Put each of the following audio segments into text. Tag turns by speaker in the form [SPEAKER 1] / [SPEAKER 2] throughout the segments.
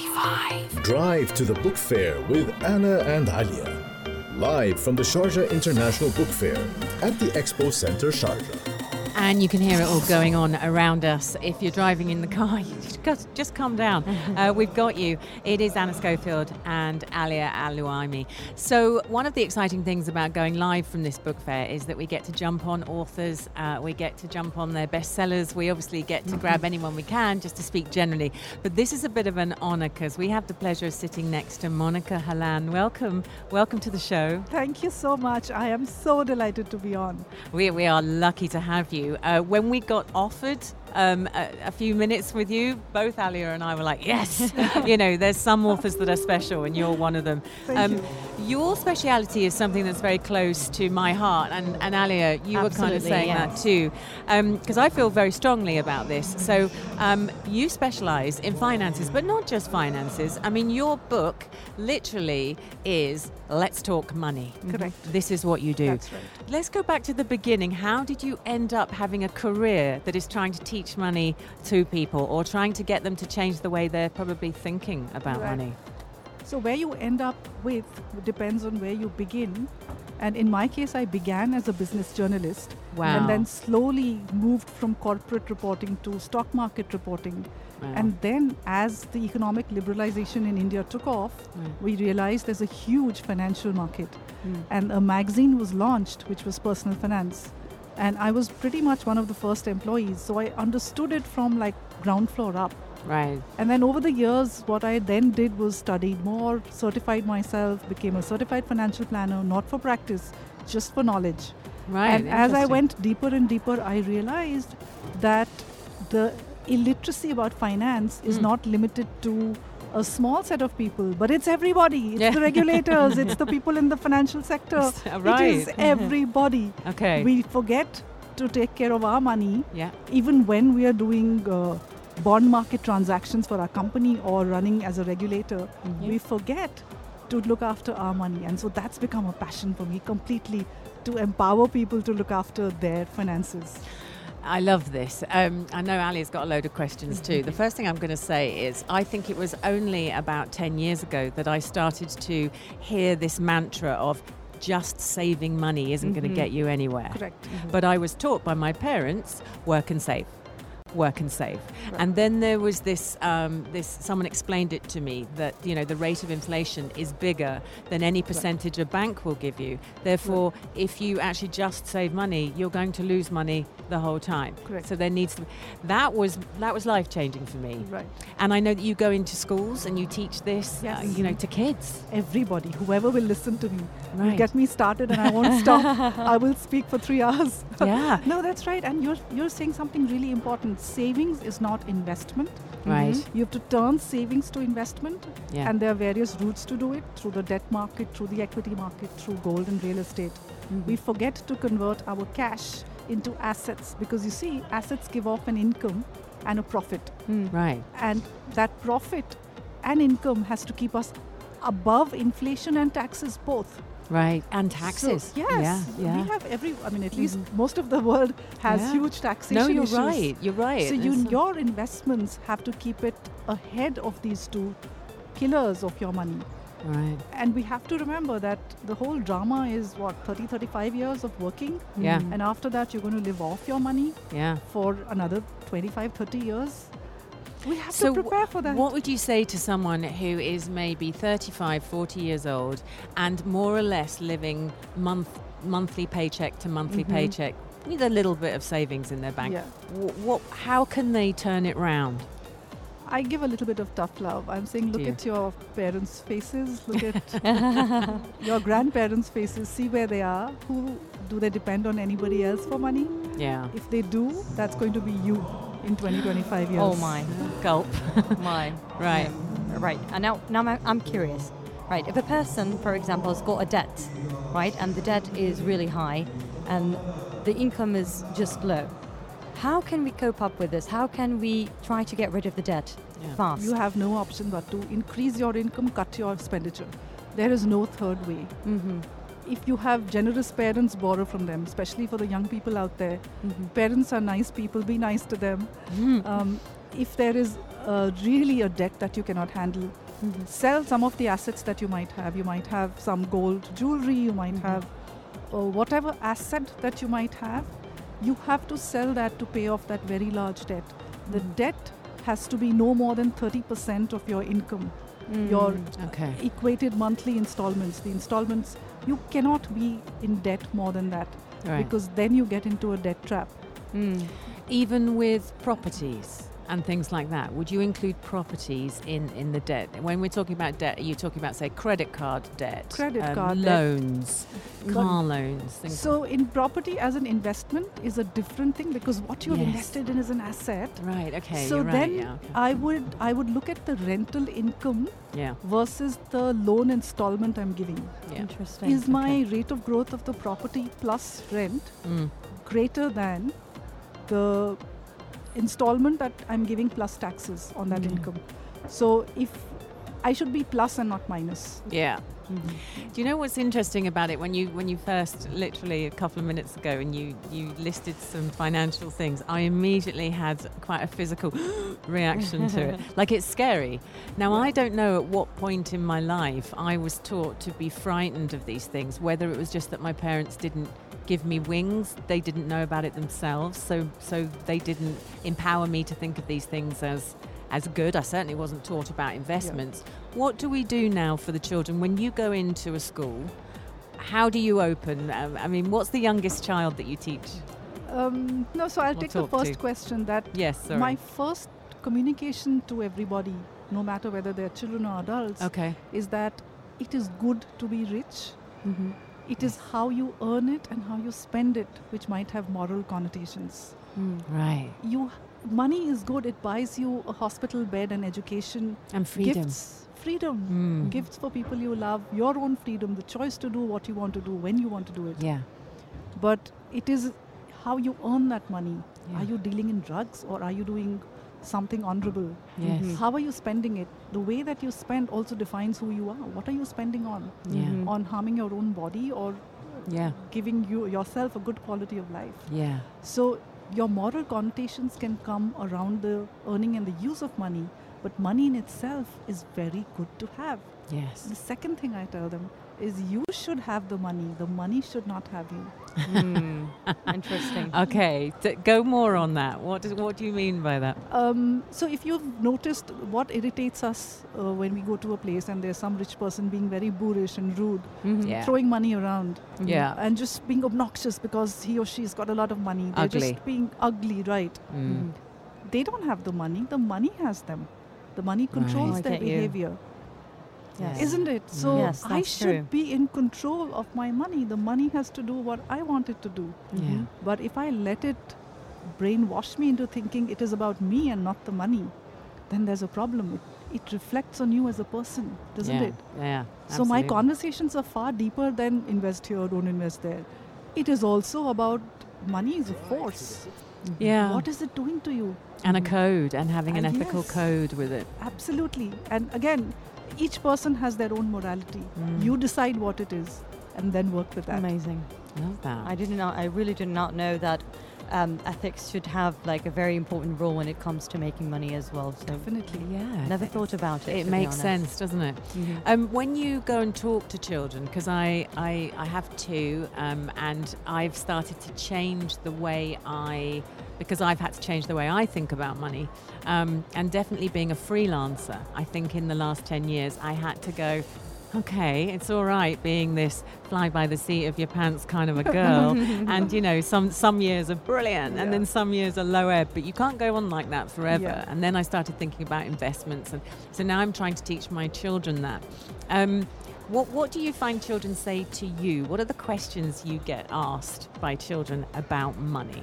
[SPEAKER 1] Drive.
[SPEAKER 2] Drive to the Book Fair with Anna and Alia. Live from the Sharjah International Book Fair at the Expo Center Sharjah.
[SPEAKER 3] And you can hear it all going on around us. If you're driving in the car, you just got- just calm down. Uh, we've got you. It is Anna Schofield and Alia Aluaimi. So, one of the exciting things about going live from this book fair is that we get to jump on authors, uh, we get to jump on their bestsellers, we obviously get to grab anyone we can just to speak generally. But this is a bit of an honour because we have the pleasure of sitting next to Monica Halan. Welcome. Welcome to the show.
[SPEAKER 4] Thank you so much. I am so delighted to be on.
[SPEAKER 3] We, we are lucky to have you. Uh, when we got offered um, a, a few minutes with you, both Alia and I were like, yes, you know, there's some authors that are special, and you're one of them. Um,
[SPEAKER 4] Thank you.
[SPEAKER 3] Your speciality is something that's very close to my heart, and, and Alia, you were kind of
[SPEAKER 5] Absolutely,
[SPEAKER 3] saying that
[SPEAKER 5] yes.
[SPEAKER 3] too, because I feel very strongly about this. So, um, you specialise in finances, but not just finances. I mean, your book literally is Let's Talk Money.
[SPEAKER 4] Correct.
[SPEAKER 3] This is what you do.
[SPEAKER 4] That's right.
[SPEAKER 3] Let's go back to the beginning. How did you end up having a career that is trying to teach money to people or trying to get them to change the way they're probably thinking about
[SPEAKER 4] Right.
[SPEAKER 3] money?
[SPEAKER 4] So, where you end up with depends on where you begin. And in my case, I began as a business journalist
[SPEAKER 3] Wow.
[SPEAKER 4] and then slowly moved from corporate reporting to stock market reporting.
[SPEAKER 3] Wow.
[SPEAKER 4] And then, as the economic liberalization in India took off,
[SPEAKER 3] Mm.
[SPEAKER 4] we realized there's a huge financial market.
[SPEAKER 3] Mm.
[SPEAKER 4] And a magazine was launched, which was Personal Finance. And I was pretty much one of the first employees. So, I understood it from like ground floor up.
[SPEAKER 3] Right.
[SPEAKER 4] And then over the years, what I then did was studied more, certified myself, became a certified financial planner, not for practice, just for knowledge.
[SPEAKER 3] Right.
[SPEAKER 4] and Um, as I
[SPEAKER 3] Interesting.
[SPEAKER 4] went deeper and deeper, I realized that the illiteracy about finance is
[SPEAKER 3] Mm.
[SPEAKER 4] not limited to a small set of people, but it's everybody. It's
[SPEAKER 3] Yeah. uh,
[SPEAKER 4] the regulators, it's the people in the financial sector. It is
[SPEAKER 3] Right.
[SPEAKER 4] everybody.
[SPEAKER 3] Okay.
[SPEAKER 4] We forget to take care of our money
[SPEAKER 3] yeah.
[SPEAKER 4] even when we are doing uh, bond market transactions for our company or running as a regulator, we forget to look after our money. And so that's become a passion for me completely to empower people to look after their finances.
[SPEAKER 3] I love this. Um, I know Ali's got a load of questions too. the first thing I'm going to say is I think it was only about 10 years ago that I started to hear this mantra of just saving money isn't going to get you anywhere.
[SPEAKER 4] Mm-hmm. Correct.
[SPEAKER 3] But I was taught by my parents work and save. Work and save, and then there was this. Um, this someone explained it to me that you know the rate of inflation is bigger than any percentage a bank will give you. Therefore, if you actually just save money, you're going to lose money the whole time.
[SPEAKER 4] Correct.
[SPEAKER 3] So there needs to. That was that was life changing for me.
[SPEAKER 4] Right.
[SPEAKER 3] And I know that you go into schools and you teach this, uh,
[SPEAKER 4] Yes.
[SPEAKER 3] you know, to kids.
[SPEAKER 4] Everybody, whoever will listen to me, you
[SPEAKER 3] Right.
[SPEAKER 4] get me started and I won't stop. I will speak for three hours.
[SPEAKER 3] Yeah.
[SPEAKER 4] no, that's right. And you're, you're saying something really important. Savings is not investment.
[SPEAKER 3] Right.
[SPEAKER 4] You have to turn savings to investment,
[SPEAKER 3] Yeah.
[SPEAKER 4] Mm-hmm. and there are various routes to do it through the debt market, through the equity market, through gold and real estate.
[SPEAKER 3] Mm-hmm.
[SPEAKER 4] We forget to convert our cash into assets because you see, assets give off an income and a profit,
[SPEAKER 3] Right.
[SPEAKER 4] and that profit and income has to keep us above inflation and taxes both.
[SPEAKER 3] Right. And
[SPEAKER 4] So,
[SPEAKER 3] taxes.
[SPEAKER 4] yes.
[SPEAKER 3] Yeah. Yeah. Mm-hmm.
[SPEAKER 4] We have every, I mean, at least most of the world has
[SPEAKER 3] Yeah.
[SPEAKER 4] huge taxation
[SPEAKER 3] no, you're
[SPEAKER 4] issues.
[SPEAKER 3] right. You're right.
[SPEAKER 4] So you,
[SPEAKER 3] It's-
[SPEAKER 4] your investments have to keep it ahead of these two killers of your money.
[SPEAKER 3] Right.
[SPEAKER 4] And we have to remember that the whole drama is what 30 35 years of working
[SPEAKER 3] Yeah.
[SPEAKER 4] and after that you're going to live off your money
[SPEAKER 3] Yeah.
[SPEAKER 4] for another 25 30 years. We have to
[SPEAKER 3] wh-
[SPEAKER 4] prepare for that.
[SPEAKER 3] what would you say to someone who is maybe 35, 40 years old and more or less living month monthly paycheck to monthly paycheck with a little bit of savings in their bank?
[SPEAKER 4] Mm-hmm. Yeah.
[SPEAKER 3] Wh- what, how can they turn it round?
[SPEAKER 4] I give a little bit of tough love. I'm saying look
[SPEAKER 3] Do you?
[SPEAKER 4] at your parents' faces, look at your grandparents' faces, see where they are. Who do they depend on anybody else for money?
[SPEAKER 3] Yeah.
[SPEAKER 4] If they do, that's going to be you in 20, 25 years.
[SPEAKER 5] Oh my,
[SPEAKER 3] Gulp.
[SPEAKER 5] my.
[SPEAKER 3] Right.
[SPEAKER 5] Um, right. And now, now I'm, I'm curious. Right. If a person, for example, has got a debt, right, and the debt is really high, and the income is just low, how can we cope up with this? How can we try to get rid of the debt
[SPEAKER 3] Yeah.
[SPEAKER 5] fast?
[SPEAKER 4] You have no option but to increase your income, cut your expenditure. There is no third way.
[SPEAKER 5] mm-hmm.
[SPEAKER 4] If you have generous parents, borrow from them, especially for the young people out there. Parents are nice people, be nice to them. um, if there is uh, really a debt that you cannot handle, Sell some of the assets that you might have. You might have some gold jewelry, you might have uh, whatever asset that you might have. You have to sell that to pay off that very large debt. The debt has to be no more than 30% of your income, your
[SPEAKER 3] Okay.
[SPEAKER 4] equated monthly installments. The installments, you cannot be in debt more than that
[SPEAKER 3] Right.
[SPEAKER 4] because then you get into a debt trap.
[SPEAKER 5] Mm.
[SPEAKER 3] Even with properties and things like that, would you include properties in, in the debt? When we're talking about debt, are you talking about, say, credit card debt? um,
[SPEAKER 4] Credit card debt. Mm.
[SPEAKER 3] Loans, car loans, things
[SPEAKER 4] So, in property as an investment is a different thing because what you've
[SPEAKER 3] Yes.
[SPEAKER 4] invested in is an asset.
[SPEAKER 3] Right, okay.
[SPEAKER 4] so
[SPEAKER 3] you're
[SPEAKER 4] then
[SPEAKER 3] right, yeah. okay.
[SPEAKER 4] I would I would look at the rental income
[SPEAKER 3] yeah.
[SPEAKER 4] versus the loan installment I'm giving.
[SPEAKER 3] Yeah.
[SPEAKER 5] Interesting.
[SPEAKER 4] Is my rate of growth of the property plus rent
[SPEAKER 3] Mm.
[SPEAKER 4] greater than the installment that I'm giving plus taxes on that
[SPEAKER 3] Mm.
[SPEAKER 4] income? So if I should be plus and not minus.
[SPEAKER 3] Yeah.
[SPEAKER 5] Mm-hmm.
[SPEAKER 3] Do you know what's interesting about it when you when you first literally a couple of minutes ago and you you listed some financial things I immediately had quite a physical reaction to it like it's scary. Now I don't know at what point in my life I was taught to be frightened of these things whether it was just that my parents didn't give me wings they didn't know about it themselves so so they didn't empower me to think of these things as as good. I certainly wasn't taught about investments. What do we do now for the children when you go into a school? How do you open? Um, I mean, what's the youngest child that you teach?
[SPEAKER 4] Um, no, so I'll
[SPEAKER 3] We'll
[SPEAKER 4] take the
[SPEAKER 3] talk to-
[SPEAKER 4] first question that
[SPEAKER 3] Yes, sorry.
[SPEAKER 4] My first communication to everybody, no matter whether they're children or adults,
[SPEAKER 3] okay.
[SPEAKER 4] is that it is good to be rich.
[SPEAKER 5] Mm-hmm.
[SPEAKER 4] It is
[SPEAKER 3] Hmm.
[SPEAKER 4] how you earn it and how you spend it, which might have moral connotations.
[SPEAKER 5] Mm-hmm.
[SPEAKER 3] Right.
[SPEAKER 4] You, money is good. It buys you a hospital bed and education,
[SPEAKER 3] And freedom.
[SPEAKER 4] gifts, freedom,
[SPEAKER 3] Mm.
[SPEAKER 4] gifts for people you love, your own freedom, the choice to do what you want to do when you want to do it.
[SPEAKER 3] Yeah.
[SPEAKER 4] But it is how you earn that money.
[SPEAKER 3] Yeah.
[SPEAKER 4] Are you dealing in drugs or are you doing something honorable?
[SPEAKER 3] Yes.
[SPEAKER 5] Mhm.
[SPEAKER 4] How are you spending it? The way that you spend also defines who you are. What are you spending on?
[SPEAKER 3] Yeah.
[SPEAKER 5] Mhm.
[SPEAKER 4] On harming your own body or
[SPEAKER 3] Mm.
[SPEAKER 4] Mm-hmm.
[SPEAKER 3] Yeah.
[SPEAKER 4] giving you yourself a good quality of life?
[SPEAKER 3] Yeah.
[SPEAKER 4] So your moral connotations can come around the earning and the use of money, but money in itself is very good to have.
[SPEAKER 3] Yes.
[SPEAKER 4] The second thing I tell them is you should have the money. The money should not have you.
[SPEAKER 5] Mm. Interesting.
[SPEAKER 4] Mm-hmm.
[SPEAKER 3] Okay. T- go more on that. What does what do you mean by that?
[SPEAKER 4] Um, so if you've noticed what irritates us uh, when we go to a place and there's some rich person being very boorish and rude,
[SPEAKER 5] Mhm.
[SPEAKER 3] Yeah.
[SPEAKER 4] throwing money around,
[SPEAKER 3] Yeah.
[SPEAKER 4] and just being obnoxious because he or she's got a lot of money. They're
[SPEAKER 3] Ugly.
[SPEAKER 4] just being ugly, right?
[SPEAKER 3] Mm.
[SPEAKER 4] They don't have the money. The money has them. The money controls
[SPEAKER 5] Right. I
[SPEAKER 4] their
[SPEAKER 5] get you.
[SPEAKER 4] behavior,
[SPEAKER 5] Yes.
[SPEAKER 4] isn't it? So
[SPEAKER 5] Yes,
[SPEAKER 4] I
[SPEAKER 5] that's
[SPEAKER 4] should
[SPEAKER 5] true.
[SPEAKER 4] be in control of my money. The money has to do what I want it to do.
[SPEAKER 3] Yeah.
[SPEAKER 4] But if I let it brainwash me into thinking it is about me and not the money, then there's a problem. It, it reflects on you as a person, doesn't
[SPEAKER 3] yeah.
[SPEAKER 4] it?
[SPEAKER 3] Yeah.
[SPEAKER 4] So my
[SPEAKER 3] Absolutely.
[SPEAKER 4] conversations are far deeper than invest here, don't invest there. It is also about money is a force.
[SPEAKER 3] Yeah.
[SPEAKER 4] What is it doing to you?
[SPEAKER 3] and a code and having an
[SPEAKER 4] And
[SPEAKER 3] ethical
[SPEAKER 4] yes.
[SPEAKER 3] code with it.
[SPEAKER 4] Absolutely. And again, each person has their own morality.
[SPEAKER 5] Hmm.
[SPEAKER 4] You decide what it is and then work with that.
[SPEAKER 5] Amazing.
[SPEAKER 3] Love that.
[SPEAKER 5] I did not. I really did not know that um, ethics should have like a very important role when it comes to making money as well. So
[SPEAKER 4] Definitely.
[SPEAKER 3] yeah.
[SPEAKER 5] never thought about it. to
[SPEAKER 3] It
[SPEAKER 5] be
[SPEAKER 3] makes
[SPEAKER 5] honest.
[SPEAKER 3] sense, doesn't it?
[SPEAKER 5] Mhm.
[SPEAKER 3] Um, when you go and talk to children, because I, I, I have two, um, and I've started to change the way I, because I've had to change the way I think about money, um, and definitely being a freelancer, I think in the last 10 years, I had to go, okay, it's all right being this fly by the seat of your pants kind of a girl, and you know, some, some years are brilliant, and then some years are low ebb, but you can't go on like that forever.
[SPEAKER 4] Yeah.
[SPEAKER 3] And then I started thinking about investments, and so now I'm trying to teach my children that. Um, what What do you find children say to you? What are the questions you get asked by children about money?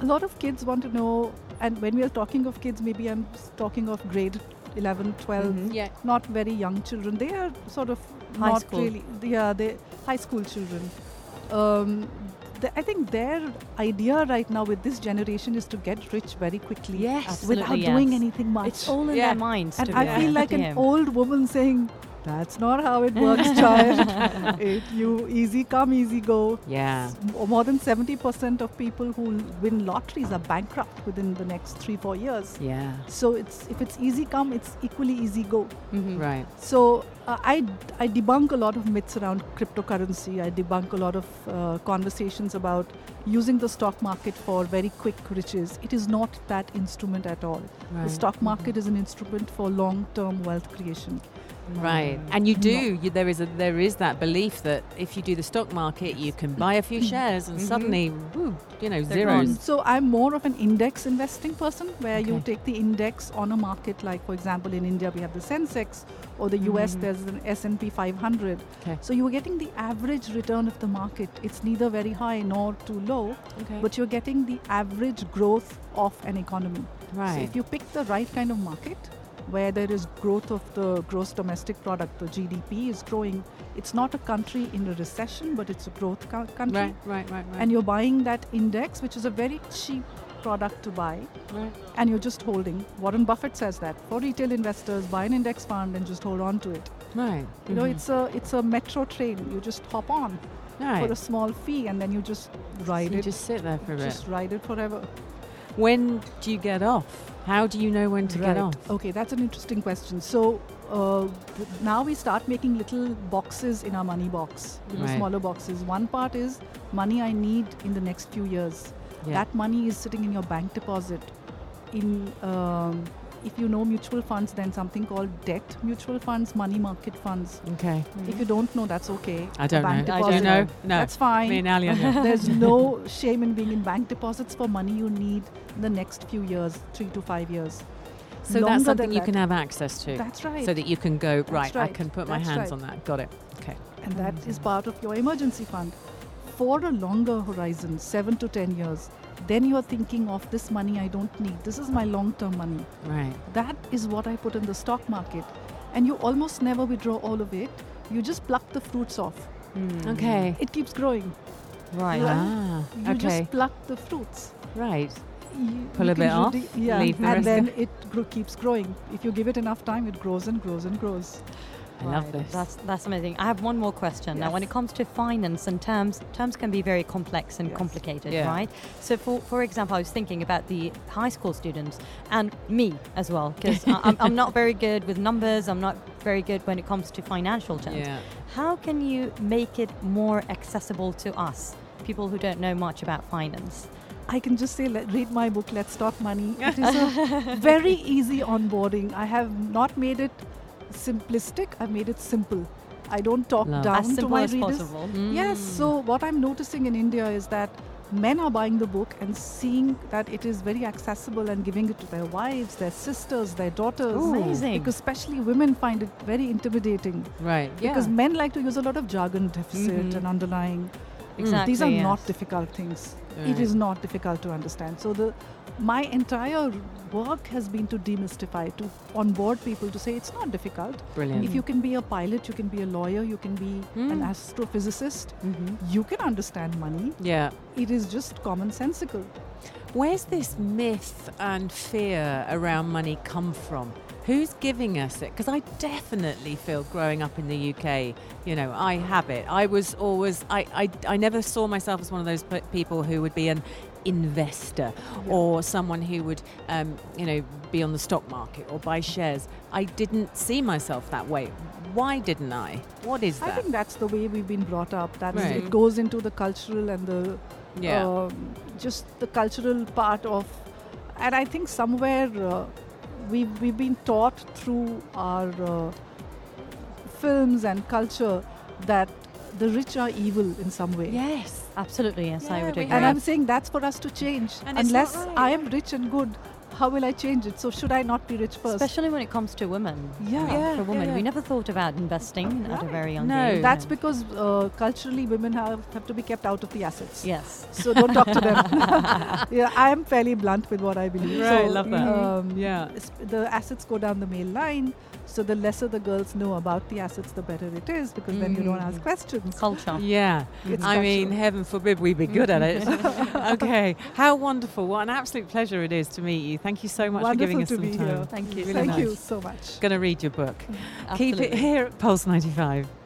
[SPEAKER 4] A lot of kids want to know, and when we are talking of kids, maybe I'm s- talking of grade 11, 12,
[SPEAKER 3] Yeah.
[SPEAKER 4] not very young children. They are sort of
[SPEAKER 5] Mm-hmm. High
[SPEAKER 4] not
[SPEAKER 5] school.
[SPEAKER 4] really, yeah, they high school children. Um, th- I think their idea right now with this generation is to get rich very quickly,
[SPEAKER 5] Yes.
[SPEAKER 4] without
[SPEAKER 5] Absolutely,
[SPEAKER 4] doing
[SPEAKER 5] yes.
[SPEAKER 4] anything much.
[SPEAKER 5] It's all in
[SPEAKER 3] Yeah.
[SPEAKER 5] their minds.
[SPEAKER 4] and
[SPEAKER 5] to be
[SPEAKER 4] I feel
[SPEAKER 5] honest.
[SPEAKER 4] like an
[SPEAKER 5] Yeah.
[SPEAKER 4] old woman saying, That's not how it works, child. it, you easy come, easy go.
[SPEAKER 3] Yeah.
[SPEAKER 4] S- More than 70% of people who l- win lotteries are bankrupt within the next three, four years.
[SPEAKER 3] Yeah.
[SPEAKER 4] So it's if it's easy come, it's equally easy go.
[SPEAKER 5] Mhm.
[SPEAKER 3] Right.
[SPEAKER 4] So uh, I, d- I debunk a lot of myths around cryptocurrency. I debunk a lot of uh, conversations about using the stock market for very quick riches. It is not that instrument at all.
[SPEAKER 3] Right.
[SPEAKER 4] The stock market is an instrument for long term wealth creation.
[SPEAKER 5] Mm-hmm.
[SPEAKER 3] Right. And you do. You, there is a, there is that belief that if you do the stock market, you can buy a few shares and
[SPEAKER 5] Mhm.
[SPEAKER 3] suddenly, woo, you know,
[SPEAKER 5] They're
[SPEAKER 3] zeros.
[SPEAKER 5] gone.
[SPEAKER 4] Um, So I'm more of an index investing person where you
[SPEAKER 3] Okay.
[SPEAKER 4] take the index on a market like for example in India we have the Sensex or the US
[SPEAKER 5] Mhm.
[SPEAKER 4] there's an S&P 500.
[SPEAKER 3] Mm. Okay.
[SPEAKER 4] So you're getting the average return of the market. It's neither very high nor too low,
[SPEAKER 3] Okay.
[SPEAKER 4] but you're getting the average growth of an economy. So
[SPEAKER 3] right.
[SPEAKER 4] if you pick the right kind of market where there is growth of the gross domestic product, the GDP is growing, it's not a country in a recession but it's a growth co- country
[SPEAKER 3] right. Right. Right. Right.
[SPEAKER 4] and you're buying that index, which is a very cheap product to buy,
[SPEAKER 3] right.
[SPEAKER 4] and you're just holding. Warren Buffett says that for retail investors, buy an index fund and just hold on to it.
[SPEAKER 3] Right.
[SPEAKER 4] You know,
[SPEAKER 3] Mhm.
[SPEAKER 4] it's a it's a metro train. You just hop on
[SPEAKER 3] right.
[SPEAKER 4] for a small fee, and then you just ride
[SPEAKER 3] Mm-hmm. So you
[SPEAKER 4] it.
[SPEAKER 3] just sit there for a bit.
[SPEAKER 4] just ride it forever.
[SPEAKER 3] When do you get off? How do you know when to get
[SPEAKER 4] Right.
[SPEAKER 3] off?
[SPEAKER 4] Okay, that's an interesting question. So uh, th- now we start making little boxes in our money box, you know,
[SPEAKER 3] Right.
[SPEAKER 4] smaller boxes. One part is money I need in the next few years.
[SPEAKER 3] Yeah.
[SPEAKER 4] That money is sitting in your bank deposit. In um, if you know mutual funds, then something called debt mutual funds, money market funds.
[SPEAKER 3] Okay.
[SPEAKER 4] If you don't know, that's okay.
[SPEAKER 3] Mm-hmm. I don't
[SPEAKER 4] bank
[SPEAKER 3] know. I
[SPEAKER 4] deposit.
[SPEAKER 3] don't know. No.
[SPEAKER 4] That's fine.
[SPEAKER 3] Me and Ali are here.
[SPEAKER 4] There's no shame in being in bank deposits for money you need in the next few years, three to five years.
[SPEAKER 3] So
[SPEAKER 4] Longer
[SPEAKER 3] that's
[SPEAKER 4] than
[SPEAKER 3] something you
[SPEAKER 4] that.
[SPEAKER 3] can have access to.
[SPEAKER 4] That's right.
[SPEAKER 3] So that you can go, right, I
[SPEAKER 4] right.
[SPEAKER 3] can put my
[SPEAKER 4] That's
[SPEAKER 3] hands
[SPEAKER 4] right.
[SPEAKER 3] on that. Got it. Okay.
[SPEAKER 4] and that
[SPEAKER 3] Mm.
[SPEAKER 4] is part of your emergency fund. For a longer horizon, seven to 10 years, then you're thinking of this money I don't need. This is my long term money.
[SPEAKER 3] Right.
[SPEAKER 4] That is what I put in the stock market. And you almost never withdraw all of it. You just pluck the fruits off.
[SPEAKER 3] Okay.
[SPEAKER 4] It keeps growing.
[SPEAKER 5] Mm-hmm. Right.
[SPEAKER 4] Yeah.
[SPEAKER 3] Mm. Ah,
[SPEAKER 4] You
[SPEAKER 3] okay.
[SPEAKER 4] just pluck the fruits.
[SPEAKER 3] Right.
[SPEAKER 4] You-
[SPEAKER 3] Pull
[SPEAKER 4] you
[SPEAKER 3] a
[SPEAKER 4] can
[SPEAKER 3] bit off,
[SPEAKER 4] redu- yeah,
[SPEAKER 3] leave the
[SPEAKER 4] and
[SPEAKER 3] rest
[SPEAKER 4] then it gro- keeps growing. If you give it enough time, it grows and grows and grows.
[SPEAKER 3] I love
[SPEAKER 5] Right,
[SPEAKER 3] this.
[SPEAKER 5] That's that's amazing. I have one more question. Now, when it
[SPEAKER 4] Yes.
[SPEAKER 5] comes to finance and terms, terms can be very complex and
[SPEAKER 4] Yes.
[SPEAKER 5] complicated,
[SPEAKER 3] Yeah.
[SPEAKER 5] right? So, for for example, I was thinking about the high school students and me as well, because I'm, I'm not very good with numbers. I'm not very good when it comes to financial terms.
[SPEAKER 3] yeah.
[SPEAKER 5] How can you make it more accessible to us, people who don't know much about finance?
[SPEAKER 4] I can just say, let, read my book, Let's Talk Money. It is a very easy onboarding. I have not made it simplistic, I've made it simple. I don't talk
[SPEAKER 3] Love.
[SPEAKER 4] down
[SPEAKER 5] as
[SPEAKER 4] to
[SPEAKER 5] simple
[SPEAKER 4] my
[SPEAKER 5] as
[SPEAKER 4] readers.
[SPEAKER 5] possible. Mm.
[SPEAKER 4] Yes, so
[SPEAKER 3] Mm.
[SPEAKER 4] what I'm noticing in India is that men are buying the book and seeing that it is very accessible and giving it to their wives, their sisters, their daughters.
[SPEAKER 5] Ooh. Amazing.
[SPEAKER 4] Because especially women find it very intimidating.
[SPEAKER 3] Mm. Right. Yeah. Mm-hmm.
[SPEAKER 4] Because men like to use a lot of jargon deficit and underlying. mm,
[SPEAKER 5] Exactly.
[SPEAKER 4] These are
[SPEAKER 5] yes.
[SPEAKER 4] not difficult things.
[SPEAKER 3] Right.
[SPEAKER 4] It is not difficult to understand. So the my entire work has been to demystify, to onboard people to say it's not difficult.
[SPEAKER 3] Brilliant.
[SPEAKER 4] If you can be a pilot, you can be a lawyer, you can be
[SPEAKER 3] Hmm.
[SPEAKER 4] an astrophysicist, you can understand money.
[SPEAKER 3] Mm-hmm. yeah.
[SPEAKER 4] It is just commonsensical.
[SPEAKER 3] Where's this myth and fear around money come from? Who's giving us it? Because I definitely feel growing up in the UK, you know, I have it. I was always, I, I, I never saw myself as one of those pe- people who would be an investor or someone who would, um, you know, be on the stock market or buy shares. I didn't see myself that way. Why didn't I? What is
[SPEAKER 4] I
[SPEAKER 3] that?
[SPEAKER 4] think that's the way we've been brought up. That's
[SPEAKER 3] Right.
[SPEAKER 4] it goes into the cultural and the
[SPEAKER 3] Yeah.
[SPEAKER 4] um, just the cultural part of, and I think somewhere uh, we we've been taught through our uh, films and culture that the rich are evil in some way.
[SPEAKER 3] yes.
[SPEAKER 5] Absolutely, yes, I
[SPEAKER 3] Yeah,
[SPEAKER 5] would
[SPEAKER 3] we
[SPEAKER 5] agree.
[SPEAKER 4] And
[SPEAKER 3] Yeah.
[SPEAKER 4] I'm saying that's for us to change.
[SPEAKER 3] And it's not
[SPEAKER 4] Unless
[SPEAKER 3] right,
[SPEAKER 4] I am rich and good, how will I change it? So should I not be rich first?
[SPEAKER 5] Especially when it comes to women.
[SPEAKER 4] Yeah.
[SPEAKER 3] Yeah,
[SPEAKER 5] for women,
[SPEAKER 3] yeah,
[SPEAKER 5] we
[SPEAKER 3] yeah.
[SPEAKER 5] never thought about investing at a
[SPEAKER 4] Right.
[SPEAKER 5] very young
[SPEAKER 3] No.
[SPEAKER 5] age.
[SPEAKER 4] That's because uh, culturally women have, have to be kept out of the assets.
[SPEAKER 5] yes.
[SPEAKER 4] so don't talk to them. yeah, I am fairly blunt with what I believe.
[SPEAKER 3] Right,
[SPEAKER 4] so,
[SPEAKER 3] love that.
[SPEAKER 4] Um,
[SPEAKER 3] Yeah.
[SPEAKER 4] s- The assets go down the male line, so the lesser the girls know about the assets, the better it is, because then you don't ask questions.
[SPEAKER 5] Culture.
[SPEAKER 3] Yeah.
[SPEAKER 4] It's
[SPEAKER 3] Mm-hmm. I mean,
[SPEAKER 4] cultural.
[SPEAKER 3] heaven forbid we be good at it. okay. How wonderful. What an absolute pleasure it is to meet you. Thank you so much for giving us
[SPEAKER 4] Wonderful
[SPEAKER 3] some
[SPEAKER 4] to be
[SPEAKER 3] time.
[SPEAKER 4] here.
[SPEAKER 5] Thank you.
[SPEAKER 3] Really
[SPEAKER 5] so
[SPEAKER 4] Thank
[SPEAKER 5] much.
[SPEAKER 4] you so much.
[SPEAKER 3] Going to read your book. Keep
[SPEAKER 5] Absolutely.
[SPEAKER 3] it here at Pulse 95.